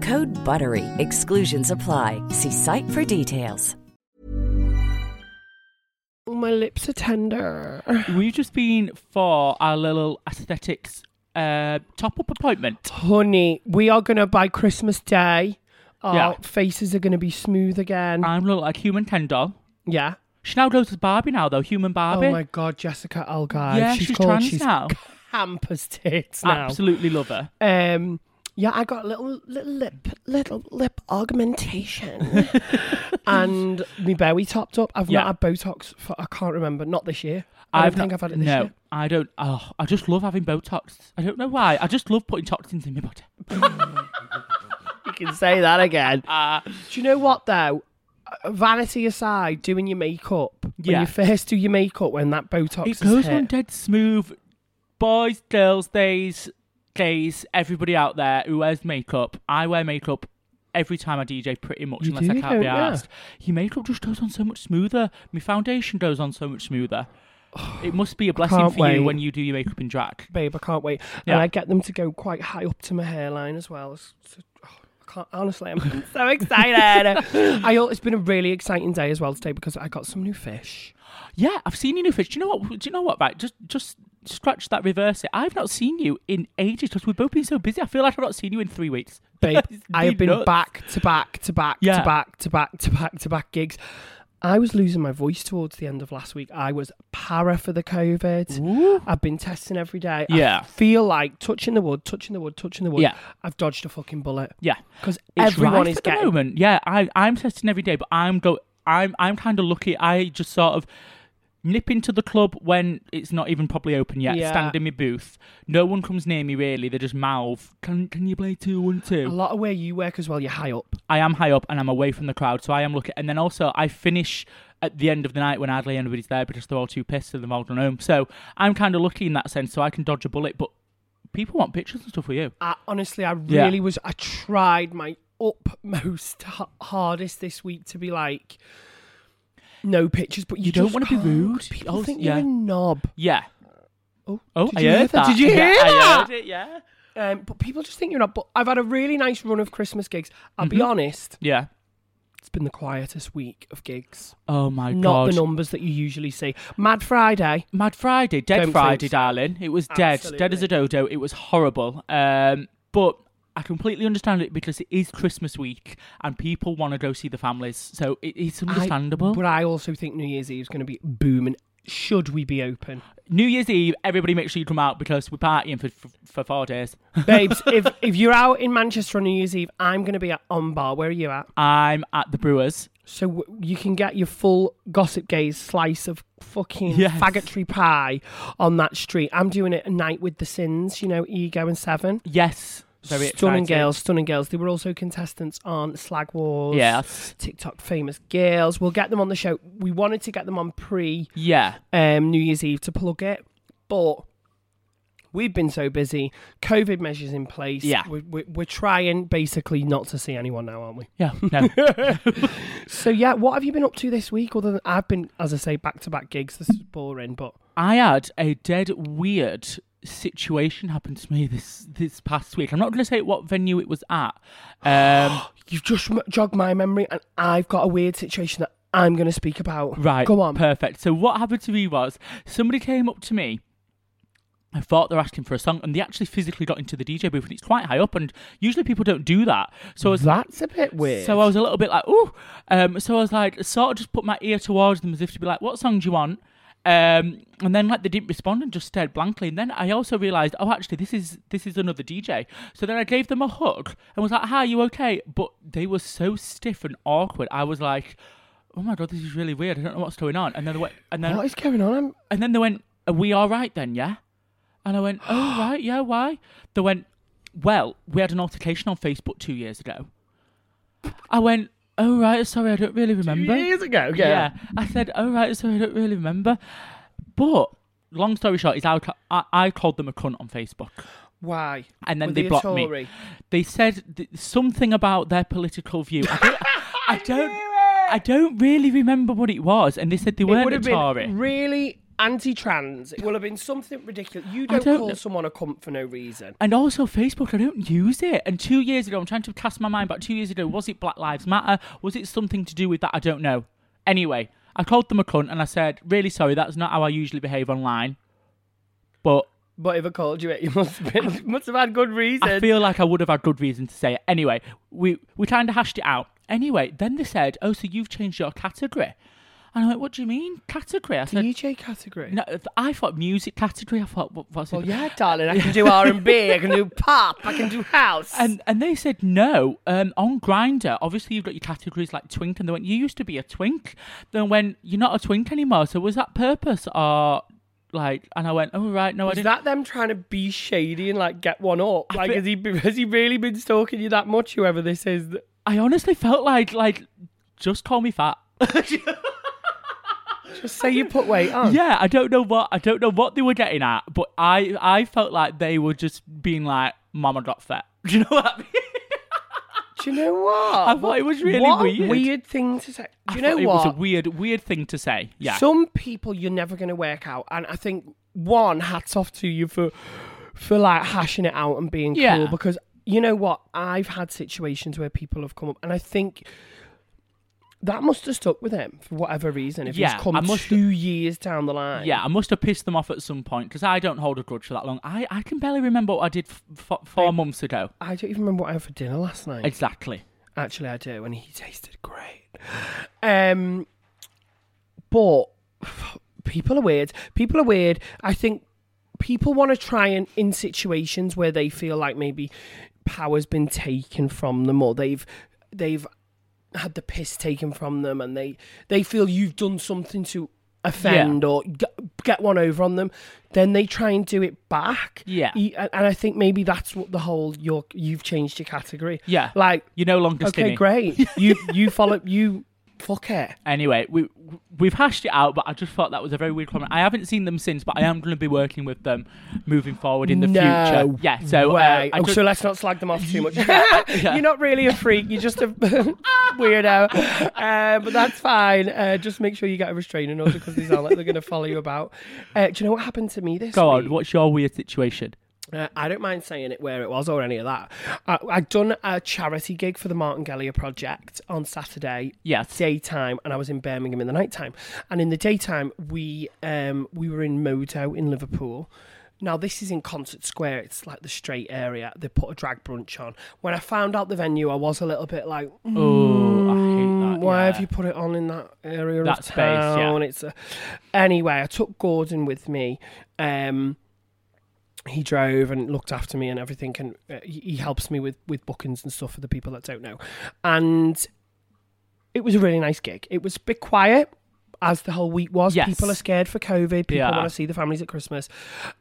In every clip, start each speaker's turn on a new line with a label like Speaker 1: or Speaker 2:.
Speaker 1: Code BUTTERY. Exclusions apply. See site for details.
Speaker 2: Oh, my lips are tender.
Speaker 3: We've just been for our little aesthetics uh, top up appointment.
Speaker 2: Honey, we are going to, by Christmas Day, our
Speaker 3: Yeah. Uh,
Speaker 2: faces are going to be smooth again.
Speaker 3: I'm look like human tender.
Speaker 2: yeah.
Speaker 3: She now goes as Barbie now though, human Barbie.
Speaker 2: Oh, my God, Jessica Algar.
Speaker 3: yeah,
Speaker 2: she's,
Speaker 3: she's,
Speaker 2: called,
Speaker 3: trans
Speaker 2: she's
Speaker 3: now.
Speaker 2: campus tits now.
Speaker 3: Absolutely love her.
Speaker 2: Um, yeah, I got a little, little lip, little lip augmentation, and my berry topped up. I've
Speaker 3: Yeah.
Speaker 2: not had Botox for I can't remember, not this year. I
Speaker 3: I've
Speaker 2: don't think
Speaker 3: not-
Speaker 2: I've had it this
Speaker 3: no,
Speaker 2: year.
Speaker 3: I don't. Oh, I just love having Botox. I don't know why. I just love putting toxins in my body.
Speaker 2: You can say that again.
Speaker 3: Uh,
Speaker 2: Do you know what though? Uh, Vanity aside, doing your makeup. When
Speaker 3: Yeah.
Speaker 2: you first do your makeup, when that Botox
Speaker 3: it
Speaker 2: is
Speaker 3: goes
Speaker 2: hit,
Speaker 3: on dead smooth. Boys, girls, days, days, everybody out there who wears makeup. I wear makeup every time I DJ pretty much
Speaker 2: You
Speaker 3: unless
Speaker 2: do,
Speaker 3: I can't
Speaker 2: don't
Speaker 3: be
Speaker 2: ya?
Speaker 3: asked. Your makeup just goes on so much smoother. My foundation goes on so much smoother. It must be a blessing
Speaker 2: can't
Speaker 3: for
Speaker 2: wait.
Speaker 3: you when you do your makeup in drag.
Speaker 2: babe, I can't wait. And
Speaker 3: Yeah.
Speaker 2: I get them to go quite high up to my hairline as well. It's- it's- oh, I can't, honestly, I'm so excited. I, al- it's been a really exciting day as well today because I got some new fish.
Speaker 3: Yeah, I've seen you new fish. Do you know what? Do you know what? Right, just just scratch that, reverse it. I've not seen you in ages because we've both been so busy. I feel like I've not seen you in three weeks.
Speaker 2: babe.
Speaker 3: It's
Speaker 2: I have been
Speaker 3: nuts.
Speaker 2: back to back to back to
Speaker 3: Yeah.
Speaker 2: back to back to back to back gigs. I was losing my voice towards the end of last week. I was para for the COVID.
Speaker 3: Ooh.
Speaker 2: I've been testing every day.
Speaker 3: Yeah.
Speaker 2: I feel like touching the wood, touching the wood, touching the wood.
Speaker 3: Yeah.
Speaker 2: I've dodged a fucking bullet.
Speaker 3: Yeah,
Speaker 2: Because
Speaker 3: It's
Speaker 2: everyone
Speaker 3: rife
Speaker 2: is
Speaker 3: at the
Speaker 2: getting.
Speaker 3: moment. Yeah, I I'm testing every day, but I'm go I'm I'm kind of lucky. I just sort of nip into the club when it's not even properly open yet.
Speaker 2: Yeah.
Speaker 3: Stand in my booth. No one comes near me really. They just mouth, "Can can you play two one
Speaker 2: A
Speaker 3: two?
Speaker 2: lot of where you work as well, you're high up.
Speaker 3: I am high up and I'm away from the crowd, so I am lucky. And then also I finish at the end of the night when hardly anybody's there because they're all too pissed and they've all gone home. So I'm kind of lucky in that sense. So I can dodge a bullet, but people want pictures and stuff with you.
Speaker 2: I, honestly, I
Speaker 3: Yeah.
Speaker 2: really was. I tried my utmost h- hardest this week to be like, no pictures, but you,
Speaker 3: You don't
Speaker 2: just
Speaker 3: wanna be
Speaker 2: can't, 'cause
Speaker 3: rude.
Speaker 2: People
Speaker 3: Oh,
Speaker 2: think
Speaker 3: yeah.
Speaker 2: you're a knob.
Speaker 3: Yeah.
Speaker 2: Oh,
Speaker 3: Oh,
Speaker 2: did
Speaker 3: I
Speaker 2: you
Speaker 3: heard that.
Speaker 2: Did you hear
Speaker 3: yeah,
Speaker 2: that?
Speaker 3: I heard it. Yeah.
Speaker 2: Um, but people just think you're not. But I've had a really nice run of Christmas gigs. I'll
Speaker 3: Mm-hmm.
Speaker 2: be honest,
Speaker 3: Yeah.
Speaker 2: it's been the quietest week of gigs.
Speaker 3: Oh my
Speaker 2: not
Speaker 3: god.
Speaker 2: the numbers that you usually see. Mad Friday.
Speaker 3: Mad Friday, dead
Speaker 2: Don't
Speaker 3: Friday,
Speaker 2: think so.
Speaker 3: darling. It was dead, dead as a dodo. It was horrible. Um, but I completely understand it because it is Christmas week and people want to go see the families, so it, it's
Speaker 2: I-
Speaker 3: understandable.
Speaker 2: but I also think New Year's Eve is going to be booming. Should we be open,
Speaker 3: New Year's Eve, everybody make sure you come out because we're partying for for, for four days.
Speaker 2: babes? if if you're out in Manchester on New Year's Eve, I'm going to be at On Bar. Where are you at?
Speaker 3: I'm at the Brewers.
Speaker 2: So w- you can get your full Gossip Gaze slice of fucking
Speaker 3: Yes.
Speaker 2: faggotry pie on that street. I'm doing it a night with the Sins. You know, Ego and Seven.
Speaker 3: Yes, very
Speaker 2: stunning
Speaker 3: excited.
Speaker 2: girls, stunning girls. They were also contestants on Slag Wars.
Speaker 3: Yes.
Speaker 2: TikTok famous girls. We'll get them on the show. We wanted to get them on pre
Speaker 3: Yeah.
Speaker 2: um, New Year's Eve to plug it, but we've been so busy. COVID measures in place.
Speaker 3: Yeah.
Speaker 2: We're, we're, we're trying basically not to see anyone now, aren't we?
Speaker 3: Yeah. No.
Speaker 2: So, yeah, what have you been up to this week? Other than I've been, as I say, back to back gigs. This is boring, but
Speaker 3: I had a dead weird situation happen to me this this past week. I'm not going to say what venue it was at. Um,
Speaker 2: you've just m- jogged my memory, and I've got a weird situation that I'm going to speak about.
Speaker 3: Right.
Speaker 2: Go on.
Speaker 3: Perfect. So what happened to me was somebody came up to me I thought they're asking for a song, and they actually physically got into the DJ booth, and it's quite high up, and usually people don't do that. So I was
Speaker 4: That's a bit weird.
Speaker 3: so I was a little bit like, ooh. Um, so I was like, sort of just put my ear towards them as if to be like, what song do you want? Um, and then like they didn't respond and just stared blankly. And then I also realised, oh, actually, this is this is another DJ. So then I gave them a hug and was like, hi, you okay? But they were so stiff and awkward. I was like, oh my god, this is really weird. I don't know what's going on. And then they went, and then
Speaker 4: what is going on? I'm,
Speaker 3: and then they went, Are we all right then, yeah? And I went, Oh, right, yeah, why? They went, Well, we had an altercation on Facebook two years ago. I went, Oh, right, sorry, I don't really remember.
Speaker 4: years ago, yeah.
Speaker 3: I said, Oh, right, sorry, I don't really remember. But long story short, is I, ca- I, I called them a cunt on Facebook.
Speaker 2: Why?
Speaker 3: And then
Speaker 2: Were
Speaker 3: they,
Speaker 2: a
Speaker 3: blocked
Speaker 2: Tory?
Speaker 3: me. They said th- something about their political view. I don't. I don't I don't really remember what it was, and they said they
Speaker 2: It
Speaker 3: weren't
Speaker 2: would
Speaker 3: a
Speaker 2: have
Speaker 3: Tory.
Speaker 2: been really anti-trans. It will have been something ridiculous. You
Speaker 3: I
Speaker 2: don't,
Speaker 3: don't
Speaker 2: call
Speaker 3: know.
Speaker 2: someone a cunt for no reason.
Speaker 3: And also Facebook, I don't use it. And two years ago, I'm trying to cast my mind back. Two years ago, was it Black Lives Matter? Was it something to do with that? I don't know. Anyway, I called them a cunt and I said, really sorry, that's not how I usually behave online. But
Speaker 2: But if I called you it, you must have, been, must have had good reason.
Speaker 3: I feel like I would have had good reason to say it. Anyway, we, we kind of hashed it out. Anyway, then they said, oh, so you've changed your category. And I went, what do you mean, category? I said,
Speaker 2: DJ category.
Speaker 3: no, I thought music category. I thought, what, what's it?
Speaker 2: Well, yeah, darling, I can do R and B, I can do pop, I can do house.
Speaker 3: And and they said no. Um, on Grinder, obviously you've got your categories like twink, and they went, "You used to be a twink." Then when you're not a twink anymore, so was that purpose or like? And I went, "Oh right, no, I
Speaker 2: was
Speaker 3: didn't."
Speaker 2: that them trying to be shady and like get one up? Like,
Speaker 3: fe-
Speaker 2: has he been- has he really been stalking you that much? Whoever this is, that-
Speaker 3: I honestly felt like like just call me fat.
Speaker 2: Oh. just say you put weight on.
Speaker 3: yeah, I don't know what I don't know what they were getting at, but I I felt like they were just being like, "Mama got fat." Do you know what I mean?
Speaker 2: Do you know what?
Speaker 3: I thought it was really
Speaker 2: what a
Speaker 3: weird.
Speaker 2: weird thing to say. Do you know
Speaker 3: I thought It
Speaker 2: what?
Speaker 3: was a weird weird thing to say. Yeah.
Speaker 2: Some people you're never going to work out, and I think one hats off to you for for like hashing it out and being
Speaker 3: Yeah.
Speaker 2: cool because you know what I've had situations where people have come up, and I think that must have stuck with him for whatever reason. If
Speaker 3: Yeah,
Speaker 2: he's come
Speaker 3: I must-
Speaker 2: two years down the line,
Speaker 3: Yeah, I must have pissed them off at some point because I don't hold a grudge for that long. I, I can barely remember what I did f- f- four months ago.
Speaker 2: I don't even remember what I had for dinner last night.
Speaker 3: Exactly.
Speaker 2: Actually, I do, and he tasted great. Um, but people are weird. People are weird. I think people want to try and in situations where they feel like maybe power's been taken from them, or they've they've had the piss taken from them, and they they feel you've done something to offend or g- get one over on them. Then they try and do it back.
Speaker 3: Yeah.
Speaker 2: E- and and I think maybe that's what the whole your you've changed your category.
Speaker 3: Yeah.
Speaker 2: Like
Speaker 3: You're no longer
Speaker 2: okay,
Speaker 3: skinny.
Speaker 2: great. You you follow you fuck it.
Speaker 3: Anyway, we we've hashed it out, but I just thought that was a very weird comment. I haven't seen them since, but I am going to be working with them moving forward in the
Speaker 2: no
Speaker 3: future. Yeah. So uh,
Speaker 2: way.
Speaker 3: I
Speaker 2: oh,
Speaker 3: just-
Speaker 2: so let's not slag them off too much.
Speaker 3: yeah.
Speaker 2: You're not really a freak. You're just a weirdo. Uh, but that's fine. Uh, just make sure you get a restraining order because they sound like they're going to follow you about. Uh, do you know what happened to me this
Speaker 3: go
Speaker 2: week?
Speaker 3: on. What's your weird situation?
Speaker 2: Uh, I don't mind saying it where it was or any of that. I, I'd done a charity gig for the Martingalia Project on Saturday
Speaker 3: Yes.
Speaker 2: daytime and I was in Birmingham in the nighttime. And in the daytime, we um, we were in Moto in Liverpool. Now this is in Concert Square. It's like the straight area. They put a drag brunch on. When I found out the venue, I was a little bit like, "Mm,
Speaker 3: Oh, I hate that.
Speaker 2: why
Speaker 3: yeah.
Speaker 2: have you put it on in that area
Speaker 3: That
Speaker 2: of
Speaker 3: space, yeah.
Speaker 2: town? It's a... anyway. I took Gordon with me. Um, he drove and looked after me and everything, and uh, he he helps me with with bookings and stuff for the people that don't know. And it was a really nice gig. It was a bit quiet. As the whole week was,
Speaker 3: Yes.
Speaker 2: people are scared for COVID. People
Speaker 3: Yeah.
Speaker 2: want to see the families at Christmas.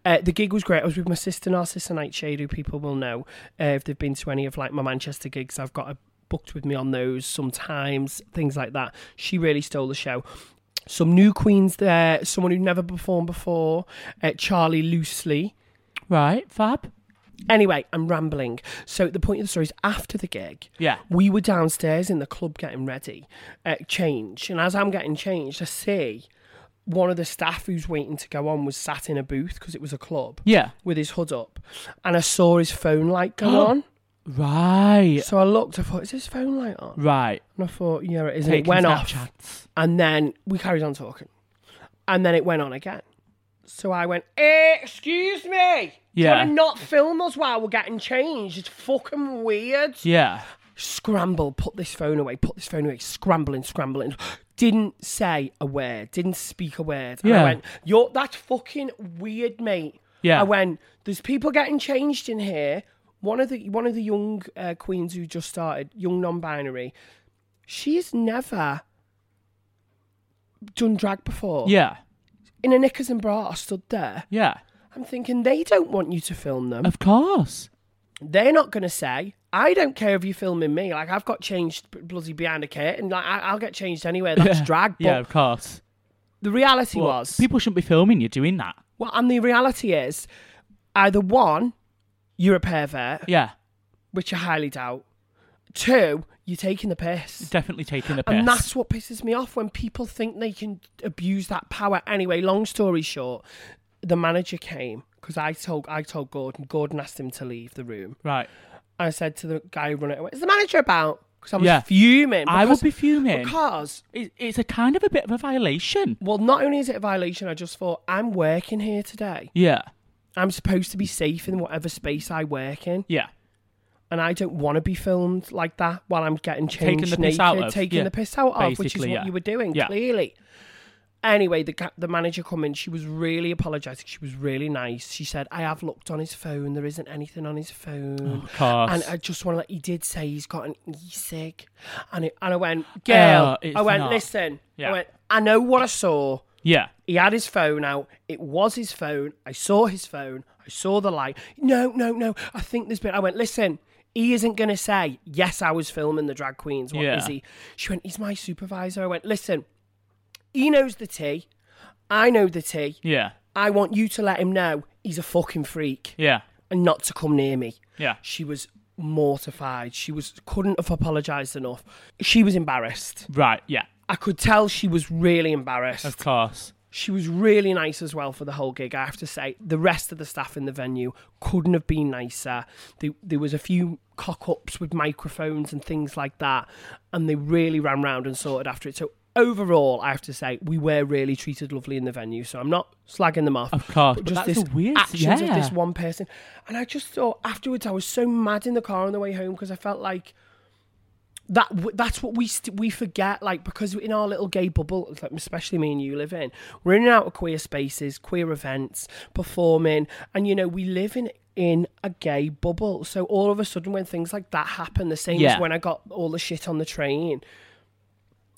Speaker 2: Uh, the gig was great. I was with my sister Narcissa Nightshade, who people will know uh, if they've been to any of like my Manchester gigs. I've got a booked with me on those sometimes, things like that. She really stole the show. Some new queens there, someone who'd never performed before, uh, Charlie Loosely.
Speaker 3: Right, Fab.
Speaker 2: Anyway, I'm rambling. So the point of the story is after the gig,
Speaker 3: Yeah.
Speaker 2: we were downstairs in the club getting ready, uh, change, and as I'm getting changed, I see one of the staff who's waiting to go on was sat in a booth because it was a club
Speaker 3: Yeah.
Speaker 2: with his hood up, and I saw his phone light go on.
Speaker 3: Right.
Speaker 2: So I looked, I thought, is his phone light on?
Speaker 3: Right.
Speaker 2: And I thought, yeah, it is. And it
Speaker 3: Taking
Speaker 2: went off,
Speaker 3: Snapchats.
Speaker 2: and then we carried on talking, and then it went on again. So I went, "Eh, excuse me.
Speaker 3: Yeah.
Speaker 2: Do you want to not film us while we're getting changed? It's fucking weird.
Speaker 3: Yeah.
Speaker 2: Scramble, put this phone away, put this phone away, scrambling, scrambling. Didn't say a word, didn't speak a word. And I
Speaker 3: Yeah.
Speaker 2: went, You're that's fucking weird, mate.
Speaker 3: Yeah.
Speaker 2: I went, There's people getting changed in here. One of the one of the young uh, queens who just started, young non binary, she's never done drag before.
Speaker 3: Yeah.
Speaker 2: In a knickers and bra, I stood there.
Speaker 3: Yeah.
Speaker 2: I'm thinking they don't want you to film them.
Speaker 3: Of course.
Speaker 2: They're not going to say, "I don't care if you're filming me." Like I've got changed b- bloody behind a curtain. Like I- I'll get changed anywhere. That's drag. But
Speaker 3: Yeah, of course.
Speaker 2: the reality
Speaker 3: Well,
Speaker 2: was,
Speaker 3: People shouldn't be filming you doing that.
Speaker 2: well, and the reality is, either one, you're a pervert,
Speaker 3: Yeah.
Speaker 2: which I highly doubt. Two, you're taking the piss.
Speaker 3: Definitely taking the piss.
Speaker 2: And that's what pisses me off when people think they can abuse that power. Anyway, long story short, the manager came because I told I told Gordon. Gordon asked him to leleave the room.
Speaker 3: right.
Speaker 2: I said to the guy who run it, "Is the manager about?" Because I was
Speaker 3: Yeah.
Speaker 2: fuming.
Speaker 3: I
Speaker 2: because-
Speaker 3: would be fuming.
Speaker 2: because
Speaker 3: It- It's a kind of a bit of a violation.
Speaker 2: well, not only is it a violation, I just thought I'm working here today.
Speaker 3: Yeah.
Speaker 2: I'm supposed to be safe in whatever space I work in,
Speaker 3: Yeah.
Speaker 2: and I don't want to be filmed like that while I'm getting
Speaker 3: Taking
Speaker 2: changed
Speaker 3: the
Speaker 2: naked,
Speaker 3: piss out of,
Speaker 2: taking
Speaker 3: yeah.
Speaker 2: the piss out of, which is what
Speaker 3: Basically, yeah.
Speaker 2: you were doing
Speaker 3: Yeah.
Speaker 2: clearly. Anyway, the ca- the manager come in. She was really apologetic. She was really nice. She said, "I have looked on his phone. There isn't anything on his phone."
Speaker 3: Oh, Of course.
Speaker 2: And I just want to let he did say he's got an e cig, and it, and I went, girl,
Speaker 3: it's
Speaker 2: I went,
Speaker 3: not.
Speaker 2: listen, I
Speaker 3: Yeah.
Speaker 2: went, I know what I saw.
Speaker 3: yeah.
Speaker 2: He had his phone out. It was his phone. I saw his phone. I saw the light. No, no, no. I think there's been. I went, listen. He isn't gonna say yes. I was filming the drag queens. What is
Speaker 3: Yeah.
Speaker 2: he? She went. He's my supervisor. I went. Listen. He knows the tea. I know the tea.
Speaker 3: Yeah.
Speaker 2: I want you to let him know he's a fucking freak
Speaker 3: Yeah.
Speaker 2: and not to come near me.
Speaker 3: Yeah.
Speaker 2: She was mortified. She was couldn't have apologized enough. She was embarrassed.
Speaker 3: Right. Yeah.
Speaker 2: I could tell she was really embarrassed.
Speaker 3: Of course.
Speaker 2: She was really nice as well for the whole gig. I have to say, the rest of the staff in the venue couldn't have been nicer. They, there was a few cock ups with microphones and things like that, and they really ran round and sorted after it. So overall, I have to say, we were really treated lovely in the venue. So I'm not slagging them off.
Speaker 3: Of course, but
Speaker 2: just
Speaker 3: that's
Speaker 2: this
Speaker 3: the weird-
Speaker 2: actions of
Speaker 3: yeah.
Speaker 2: this one person, and I just thought afterwards I was so mad in the car on the way home because I felt like that w- that's what we st- we forget like because in our little gay bubble it's like, especially me and you live in we're in and out of queer spaces queer events performing and you know we live in in a gay bubble so all of a sudden when things like that happen the same as
Speaker 3: Yeah.
Speaker 2: when i got all the shit on the train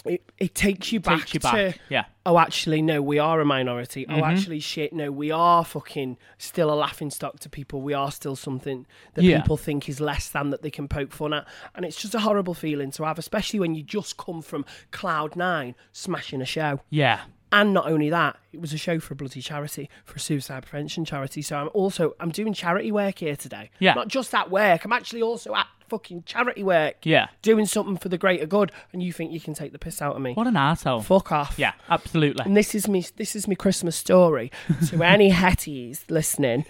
Speaker 2: it, it takes you back
Speaker 3: Takes you
Speaker 2: to
Speaker 3: back. Yeah.
Speaker 2: oh actually no we are a minority
Speaker 3: Mm-hmm.
Speaker 2: oh actually shit no we are fucking still a laughing stock to people we are still something that
Speaker 3: Yeah.
Speaker 2: people think is less than that they can poke fun at and it's just a horrible feeling to have especially when you just come from cloud nine smashing a show
Speaker 3: Yeah.
Speaker 2: and not only that it was a show for a bloody charity for a suicide prevention charity so i'm also i'm doing charity work here today
Speaker 3: Yeah.
Speaker 2: not just at work i'm actually also at fucking charity work
Speaker 3: Yeah.
Speaker 2: doing something for the greater good and you think you can take the piss out of me
Speaker 3: What an asshole.
Speaker 2: fuck off
Speaker 3: Yeah. Absolutely.
Speaker 2: and this is me this is my christmas story to any hetties listening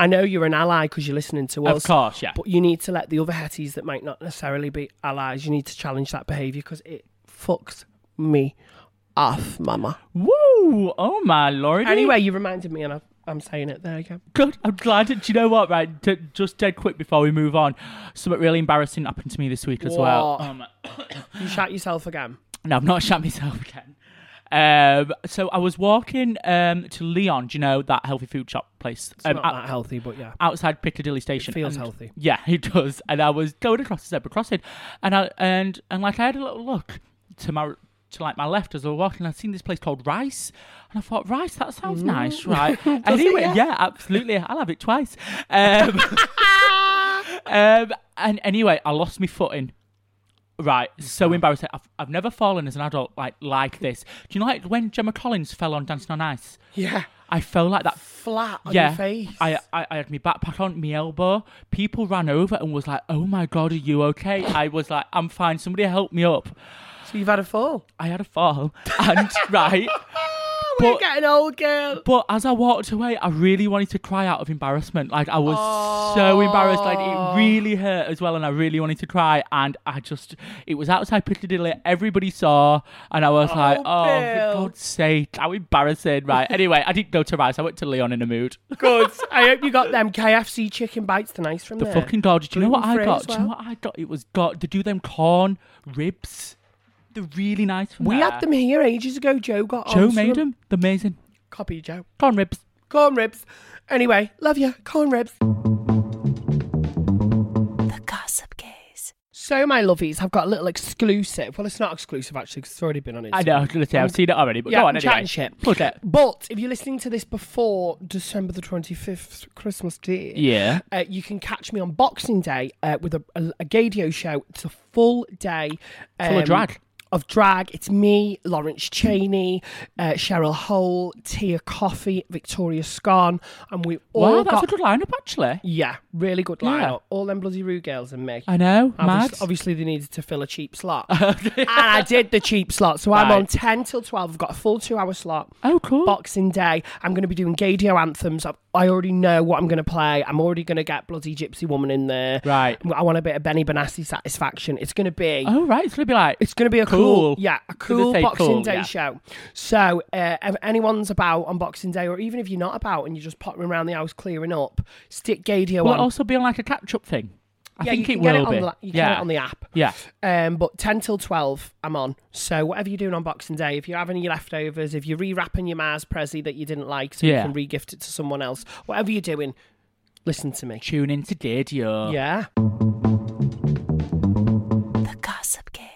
Speaker 2: i know you're an ally because you're listening to us
Speaker 3: Of course. Yeah.
Speaker 2: but you need to let the other hetties that might not necessarily be allies you need to challenge that behavior because it fucks me off mama
Speaker 3: Woo! Oh my lord.
Speaker 2: anyway you reminded me and I, i'm saying it there you go
Speaker 3: Good. I'm glad. that- Do you know what? Right. t- just dead quick before we move on. Something really embarrassing happened to me this week as well.
Speaker 2: What?
Speaker 3: Um,
Speaker 2: you shout yourself again
Speaker 3: no, I've not shot myself again. Um, so I was walking um, to Leon. Do you know that healthy food shop place? Um,
Speaker 2: it's not that healthy but yeah
Speaker 3: outside Piccadilly Station.
Speaker 2: feels
Speaker 3: and-
Speaker 2: healthy.
Speaker 3: Yeah, it does. And I was going across the zebra crossing, and I and and like I had a little look to my to like my left as I was walking. I'd seen this place called Rice, and I thought Rice that
Speaker 2: Mm.
Speaker 3: sounds nice, right? anyway, yeah? absolutely. I'll have it twice. Um, um, and anyway, I lost my footing. Right, so embarrassing. I've, I've never fallen as an adult like like this. Do you know like when Gemma Collins fell on Dancing on Ice?
Speaker 2: yeah
Speaker 3: I fell like that
Speaker 2: flat on your face
Speaker 3: I, I I had my backpack on, my elbow. People ran over and was like, "Oh my god, are you okay?" I was like, "I'm fine. Somebody help me up."
Speaker 2: so you've had a fall
Speaker 3: I had a fall, and right,
Speaker 2: We're
Speaker 3: But-
Speaker 2: getting old, girl.
Speaker 3: But as I walked away, I really wanted to cry out of embarrassment. Like I was so embarrassed. Like it really hurt as well, and I really wanted to cry. And I just, it was outside Piccadilly. Everybody saw, and I was like, oh,
Speaker 2: Bill."
Speaker 3: for God's sake, how embarrassing, right? anyway, I didn't go to Rice. I went to Leon in a mood.
Speaker 2: Good. I hope you got them KFC chicken bites the nice from
Speaker 3: The
Speaker 2: there.
Speaker 3: fucking gorgeous. Do you know what I
Speaker 2: Gluten-free
Speaker 3: got?
Speaker 2: as
Speaker 3: Do you know
Speaker 2: well.
Speaker 3: what I got? It was got. They do them corn ribs. They're really nice. From
Speaker 2: We
Speaker 3: there.
Speaker 2: had them here ages ago. Joe got
Speaker 3: Joe
Speaker 2: on to
Speaker 3: made them. They're amazing.
Speaker 2: Copy Joe.
Speaker 3: Corn ribs.
Speaker 2: Corn ribs. Anyway, love you. Corn ribs.
Speaker 1: The Gossip Gaze.
Speaker 2: So, my lovies, I've got a little exclusive. Well, it's not exclusive actually, 'cause it's already been on Instagram.
Speaker 3: I know. I was gonna say I've seen it already, but
Speaker 2: Yeah,
Speaker 3: go on
Speaker 2: I'm
Speaker 3: anyway.
Speaker 2: chatting shit.
Speaker 3: Put it.
Speaker 2: But if you're listening to this before December the 25th, Christmas Day,
Speaker 3: Yeah.
Speaker 2: uh, you can catch me on Boxing Day uh, with a, a, a Gadio show. It's a full day. um,
Speaker 3: Full of drag.
Speaker 2: Of drag. It's me, Lawrence Cheney, uh, Cheryl Hole, Tia Coffey, Victoria Scarn, and we all
Speaker 3: Wow, that's
Speaker 2: got
Speaker 3: a good lineup actually.
Speaker 2: yeah, really good lineup.
Speaker 3: Yeah.
Speaker 2: All them bloody Rue girls and me.
Speaker 3: I know, mad.
Speaker 2: Obviously, obviously, they needed to fill a cheap slot, and I did the cheap slot. So I'm
Speaker 3: Right.
Speaker 2: on ten till twelve. I've got a full two-hour slot.
Speaker 3: oh, cool.
Speaker 2: Boxing Day. I'm going to be doing Gadio anthems. I, I already know what I'm going to play. I'm already going to get Bloody Gypsy Woman in there.
Speaker 3: Right.
Speaker 2: I want a bit of Benny Benassi satisfaction. It's going to be.
Speaker 3: oh, right. It's gonna be like
Speaker 2: It's going to be a cool,
Speaker 3: Cool.
Speaker 2: yeah, a
Speaker 3: Does it
Speaker 2: cool
Speaker 3: say
Speaker 2: Boxing
Speaker 3: cool?
Speaker 2: Day
Speaker 3: Yeah.
Speaker 2: show. So, uh, if anyone's about on Boxing Day, or even if you're not about and you're just pottering around the house clearing up, stick Gadio
Speaker 3: will it
Speaker 2: on.
Speaker 3: also be like a catch-up thing? I
Speaker 2: yeah,
Speaker 3: think
Speaker 2: you
Speaker 3: it
Speaker 2: can
Speaker 3: will
Speaker 2: get it on
Speaker 3: be.
Speaker 2: the you
Speaker 3: yeah.
Speaker 2: can get it on the app.
Speaker 3: yeah.
Speaker 2: Um, but 10 till 12, I'm on. So whatever you're doing on Boxing Day, if you're having your leftovers, if you're rewrapping your Mars Prezi that you didn't like so you
Speaker 3: Yeah.
Speaker 2: can re-gift it to someone else, whatever you're doing, listen to me.
Speaker 3: Tune in to Didio.
Speaker 2: Yeah.
Speaker 1: The Gossip Gaze.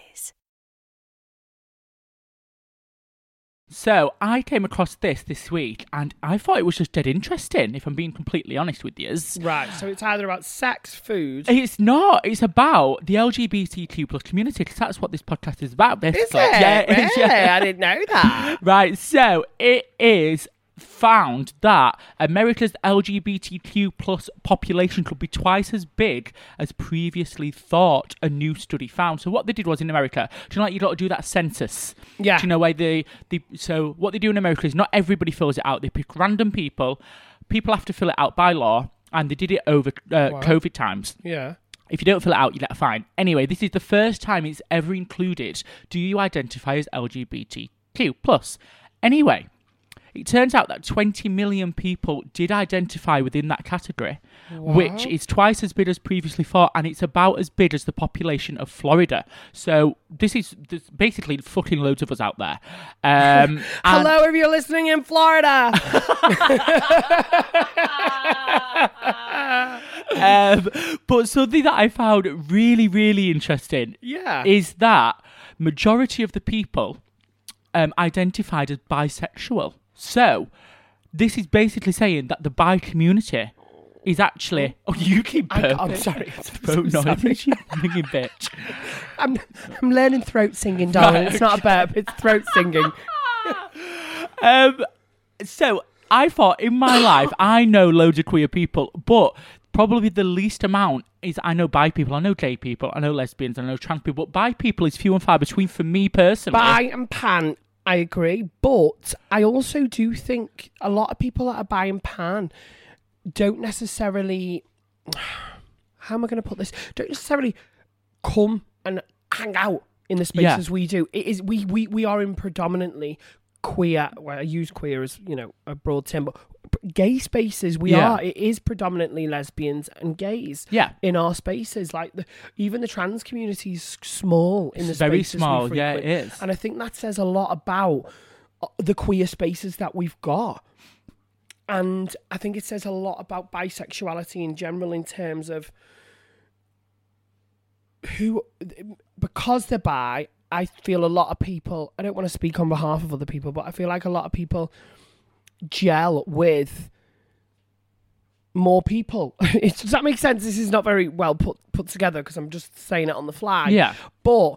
Speaker 3: So I came across this this week, and I thought it was just dead interesting. If I'm being completely honest with you.
Speaker 2: Right. So it's either about sex, food.
Speaker 3: It's not. It's about the LGBTQ plus community 'cause that's what this podcast is about. Basically.
Speaker 2: Is it? Yeah,
Speaker 3: Yeah, it is, yeah.
Speaker 2: I didn't know that.
Speaker 3: Right, so it is found that America's LGBTQ plus population could be twice as big as previously thought, a new study found. So what they did was in America, do you know like you got to do that census?
Speaker 2: Yeah.
Speaker 3: Do you know where they, they so what they do in America is not everybody fills it out. They pick random people. People have to fill it out by law and they did it over uh, COVID times.
Speaker 2: Yeah.
Speaker 3: If you don't fill it out, you get a fine. Anyway, this is the first time it's ever included. Do you identify as LGBTQ plus? Anyway, it turns out that 20 million people did identify within that category, which is twice as big as previously thought, and it's about as big as the population of Florida. So this is there's basically fucking loads of us out there. Um, and-
Speaker 2: Hello, if you're listening in Florida.
Speaker 3: um, but something that I found really, really interesting
Speaker 2: Yeah.
Speaker 3: is that majority of the people um, identified as bisexual. So this is basically saying that the bi community is actually. Oh, you keep
Speaker 2: I,
Speaker 3: burping.
Speaker 2: I'm sorry. I'm so
Speaker 3: Burp noise,
Speaker 2: sorry.
Speaker 3: you fucking bitch.
Speaker 2: I'm, I'm learning throat singing, darling.
Speaker 3: Right,
Speaker 2: It's not a burp, it's throat singing.
Speaker 3: Um, so I thought in my life I know loads of queer people, but probably the least amount is I know bi people, I know gay people, I know lesbians, I know trans people, but bi people is few and far between for me personally.
Speaker 2: Bi and pan, I agree. But I also do think a lot of people that are bi and pan don't necessarily. How am I going to put this? Don't necessarily come and hang out in the
Speaker 3: Yeah.
Speaker 2: spaces we do. It is we we we are in predominantly queer. Well, I use queer as you know a broad term, but p- gay spaces we
Speaker 3: Yeah.
Speaker 2: are. It is predominantly lesbians and gays.
Speaker 3: Yeah.
Speaker 2: in our spaces, like the, even the trans community is small in the
Speaker 3: It's very
Speaker 2: spaces we
Speaker 3: small, yeah,
Speaker 2: frequent.
Speaker 3: it is.
Speaker 2: and I think that says a lot about uh, the queer spaces that we've got. And I think it says a lot about bisexuality in general in terms of who, because they're bi, I feel a lot of people, I don't want to speak on behalf of other people, but I feel like a lot of people gel with more people. It's- Does that make sense? This is not very well put, put together because I'm just saying it on the fly.
Speaker 3: Yeah.
Speaker 2: But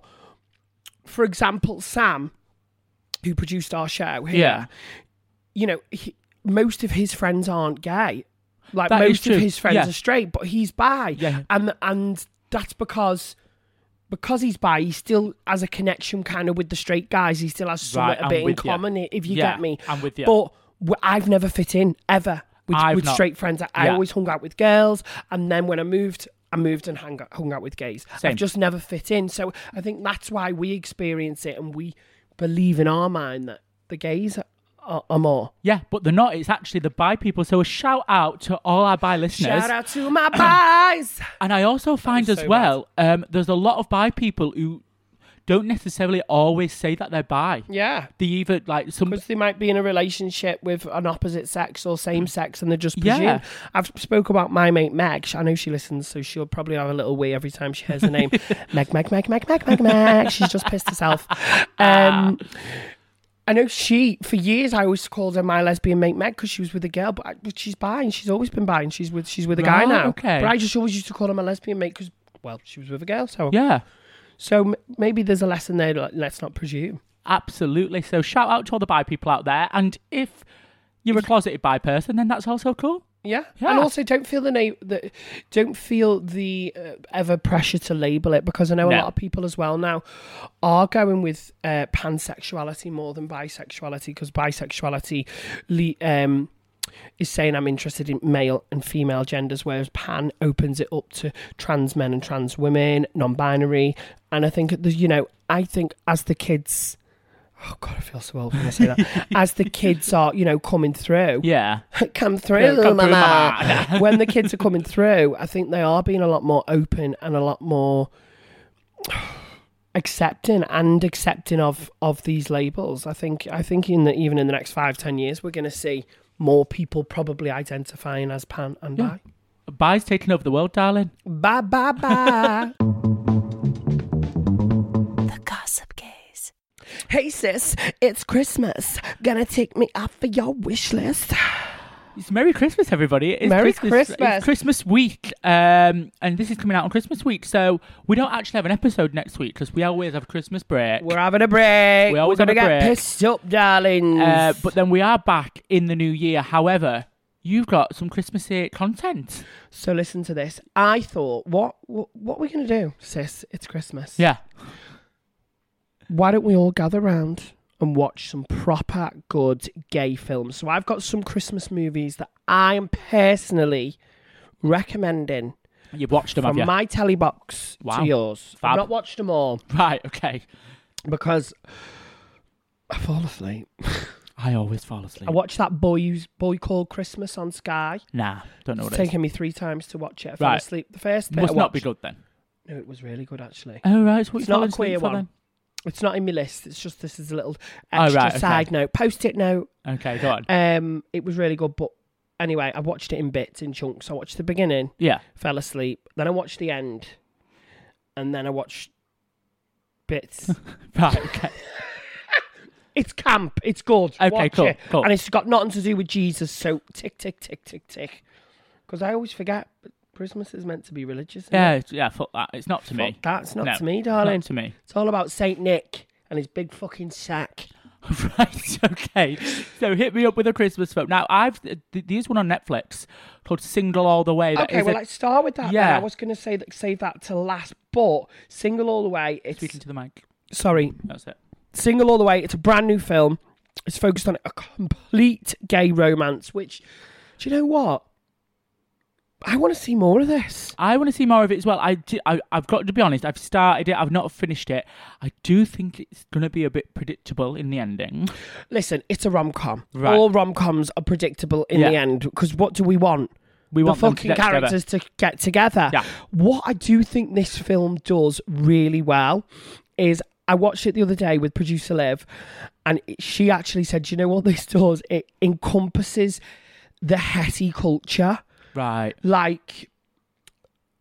Speaker 2: for example, Sam, who produced our show here,
Speaker 3: Yeah.
Speaker 2: you know, he, most of his friends aren't gay. Like
Speaker 3: That is
Speaker 2: most of
Speaker 3: true.
Speaker 2: his friends
Speaker 3: Yeah.
Speaker 2: are straight, but he's bi.
Speaker 3: Yeah.
Speaker 2: And and that's because because he's bi, he still has a connection kind of with the straight guys. He still has some
Speaker 3: Right,
Speaker 2: a
Speaker 3: I'm
Speaker 2: bit in
Speaker 3: with ya.
Speaker 2: common. If you
Speaker 3: Yeah,
Speaker 2: get me,
Speaker 3: I'm with ya.
Speaker 2: But w- I've never fit in ever with,
Speaker 3: I've
Speaker 2: with
Speaker 3: not.
Speaker 2: straight friends. I, I
Speaker 3: Yeah.
Speaker 2: always hung out with girls, and then when I moved. I moved and hung out, hung out with gays.
Speaker 3: Same.
Speaker 2: I've just never fit in. So I think that's why we experience it and we believe in our mind that the gays are, are more.
Speaker 3: Yeah, but they're not. It's actually the bi people. So a shout out to all our bi listeners.
Speaker 2: Shout out to my boys.
Speaker 3: And I also find
Speaker 2: is
Speaker 3: as
Speaker 2: so
Speaker 3: well, um, there's a lot of bi people who don't necessarily always say that they're bi.
Speaker 2: Yeah.
Speaker 3: They either like some
Speaker 2: because they might be in a relationship with an opposite sex or same sex and they just
Speaker 3: Yeah.
Speaker 2: presume. I've spoke about my mate Meg. Sh- I know she listens, so she'll probably have a little wee every time she hears the name Meg, Meg, Meg, Meg, Meg, Meg, Meg. She's just pissed herself. Um, I know she, for years, I always called her my lesbian mate Meg because she was with a girl, but, I- but she's bi and she's always been bi and she's with, she's with a guy
Speaker 3: Right,
Speaker 2: now.
Speaker 3: okay.
Speaker 2: But I just always used to call her my lesbian mate because, well, she was with a girl. So,
Speaker 3: yeah,
Speaker 2: so m- maybe there's a lesson there. Like, let's not presume.
Speaker 3: absolutely. So shout out to all the bi people out there. And if you're a closeted bi person, then that's also cool.
Speaker 2: Yeah.
Speaker 3: Yeah.
Speaker 2: and also don't feel the na- the don't feel the uh, ever pressure to label it because I know
Speaker 3: No.
Speaker 2: a lot of people as well now are going with uh, pansexuality more than bisexuality because bisexuality le- um, is saying I'm interested in male and female genders, whereas pan opens it up to trans men and trans women, non-binary, and I think there's you know I think as the kids. Oh god, I feel so old when I say that. As the kids are, you know, coming through,
Speaker 3: Yeah,
Speaker 2: come through,
Speaker 3: Yeah, come through,
Speaker 2: mama.
Speaker 3: mama.
Speaker 2: when the kids are coming through, I think they are being a lot more open and a lot more accepting and accepting of of these labels. I think I think in the, even in the next five ten years, we're going to see more people probably identifying as pan and bi.
Speaker 3: bi's taking over the world, darling.
Speaker 2: Bye bye bye.
Speaker 1: The Gossip Gaze.
Speaker 2: hey sis, it's Christmas. Gonna take me off for your wish list.
Speaker 3: It's Merry Christmas, everybody. It's
Speaker 2: Merry
Speaker 3: It's
Speaker 2: Christmas.
Speaker 3: Christmas week, um, and this is coming out on Christmas week. So we don't actually have an episode next week because we always have Christmas break.
Speaker 2: We're having a break.
Speaker 3: We always
Speaker 2: are gonna
Speaker 3: have a
Speaker 2: get
Speaker 3: break.
Speaker 2: pissed up, darlings.
Speaker 3: Uh, but then we are back in the new year. However, you've got some Christmassy content.
Speaker 2: So listen to this. I thought, what what, what are we going to do, sis? It's Christmas.
Speaker 3: Yeah.
Speaker 2: Why don't we all gather round and watch some proper good gay films? So I've got some Christmas movies that I am personally recommending
Speaker 3: You've watched them, have
Speaker 2: from
Speaker 3: you?
Speaker 2: my telly box
Speaker 3: Wow.
Speaker 2: to yours.
Speaker 3: Fab.
Speaker 2: I've not watched them all
Speaker 3: right, okay.
Speaker 2: because I fall asleep.
Speaker 3: I always fall asleep.
Speaker 2: I watched that boy's boy called Christmas on Sky.
Speaker 3: nah, don't know what
Speaker 2: It's
Speaker 3: it is.
Speaker 2: taken me three times to watch it. I fell
Speaker 3: Right.
Speaker 2: asleep the first bit. I
Speaker 3: Must not be
Speaker 2: watched-
Speaker 3: good then.
Speaker 2: No, it was really good actually.
Speaker 3: Oh, right. So what
Speaker 2: It's
Speaker 3: you
Speaker 2: not a
Speaker 3: falling
Speaker 2: queer
Speaker 3: asleep for
Speaker 2: one. It's not in my list. It's just this is a little
Speaker 3: Oh,
Speaker 2: extra
Speaker 3: right, okay.
Speaker 2: side note, post-it note.
Speaker 3: then? Okay, go on.
Speaker 2: Um, it was really good, but anyway, I watched it in bits, in chunks. I watched the beginning,
Speaker 3: yeah.
Speaker 2: fell asleep, then I watched the end, and then I watched bits.
Speaker 3: Right, okay.
Speaker 2: it's camp. It's good.
Speaker 3: Okay,
Speaker 2: Watch
Speaker 3: cool,
Speaker 2: it.
Speaker 3: cool.
Speaker 2: And it's got nothing to do with Jesus. So tick, tick, tick, tick, tick. Because I always forget, but Christmas is meant to be religious. isn't
Speaker 3: yeah,
Speaker 2: it?
Speaker 3: it's- yeah, fuck that. It's not to me.
Speaker 2: Fuck that. It's not
Speaker 3: No,
Speaker 2: to me,
Speaker 3: Not
Speaker 2: darling.
Speaker 3: to me.
Speaker 2: It's all about Saint Nick and his big fucking sack.
Speaker 3: Right, okay. So hit me up with a Christmas film. Now, I've th- th- there's one on Netflix called Single All the Way. That
Speaker 2: Okay,
Speaker 3: is
Speaker 2: well,
Speaker 3: a-
Speaker 2: let's start with that. Yeah,
Speaker 3: Yeah.
Speaker 2: I was going to say that save that to last, but single all the way. It's
Speaker 3: speaking to the mic.
Speaker 2: sorry,
Speaker 3: That's it.
Speaker 2: single all the way. It's a brand new film. It's focused on a complete gay romance. Which, do you know what? I want to see more of this.
Speaker 3: I want to see more of it as well. I, di- I have got to be honest. I've started it. I've not finished it. I do think it's going to be a bit predictable in the ending.
Speaker 2: Listen, it's a rom com.
Speaker 3: Right.
Speaker 2: All rom coms are predictable in
Speaker 3: Yeah.
Speaker 2: the end because what do we want?
Speaker 3: We
Speaker 2: the
Speaker 3: want them to
Speaker 2: fucking
Speaker 3: get together.
Speaker 2: characters to get together.
Speaker 3: Yeah.
Speaker 2: What I do think this film does really well is I watched it the other day with producer Liv, and it- she actually said, "Do "You know what this does? It encompasses the hetty culture."
Speaker 3: Right.
Speaker 2: like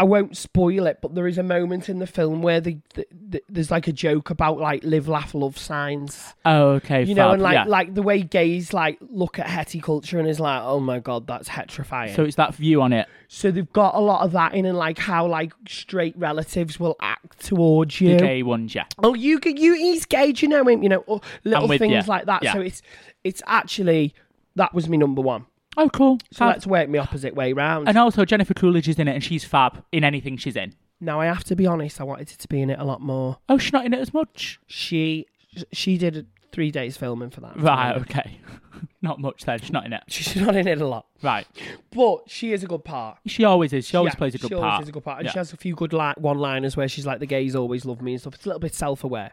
Speaker 2: I won't spoil it, but there is a moment in the film where the, the, the there's like a joke about like live, laugh, love signs,
Speaker 3: Oh, okay.
Speaker 2: you know,
Speaker 3: fab,
Speaker 2: and like
Speaker 3: yeah.
Speaker 2: like the way gays like look at hetty culture and is like, oh my god, that's heterifying.
Speaker 3: so
Speaker 2: So,
Speaker 3: it's that view on it.
Speaker 2: they've got a lot of that in, and like how like straight relatives will act towards
Speaker 3: The
Speaker 2: you.
Speaker 3: gay ones, yeah.
Speaker 2: Oh, you g- you he's gay, do you know him? You know, or little
Speaker 3: with
Speaker 2: things
Speaker 3: ya.
Speaker 2: like that.
Speaker 3: Yeah.
Speaker 2: So it's it's actually that was me number one.
Speaker 3: Oh, cool.
Speaker 2: So
Speaker 3: Fab.
Speaker 2: let's work me opposite way round.
Speaker 3: and also Jennifer Coolidge is in it, and she's fab in anything she's in.
Speaker 2: Now I have to be honest. I wanted it to be in it a lot more.
Speaker 3: Oh, she's not in it as much.
Speaker 2: She she did a three days filming for that.
Speaker 3: Right, okay. not much then. She's not in it.
Speaker 2: She's not in it a lot,
Speaker 3: Right.
Speaker 2: but she is a good part.
Speaker 3: She always is. She always
Speaker 2: Yeah,
Speaker 3: plays a good
Speaker 2: she
Speaker 3: part.
Speaker 2: always is a good part, and
Speaker 3: Yeah.
Speaker 2: she has a few good li- one-liners where she's like, "The gays always love me" and stuff. It's a little bit self-aware.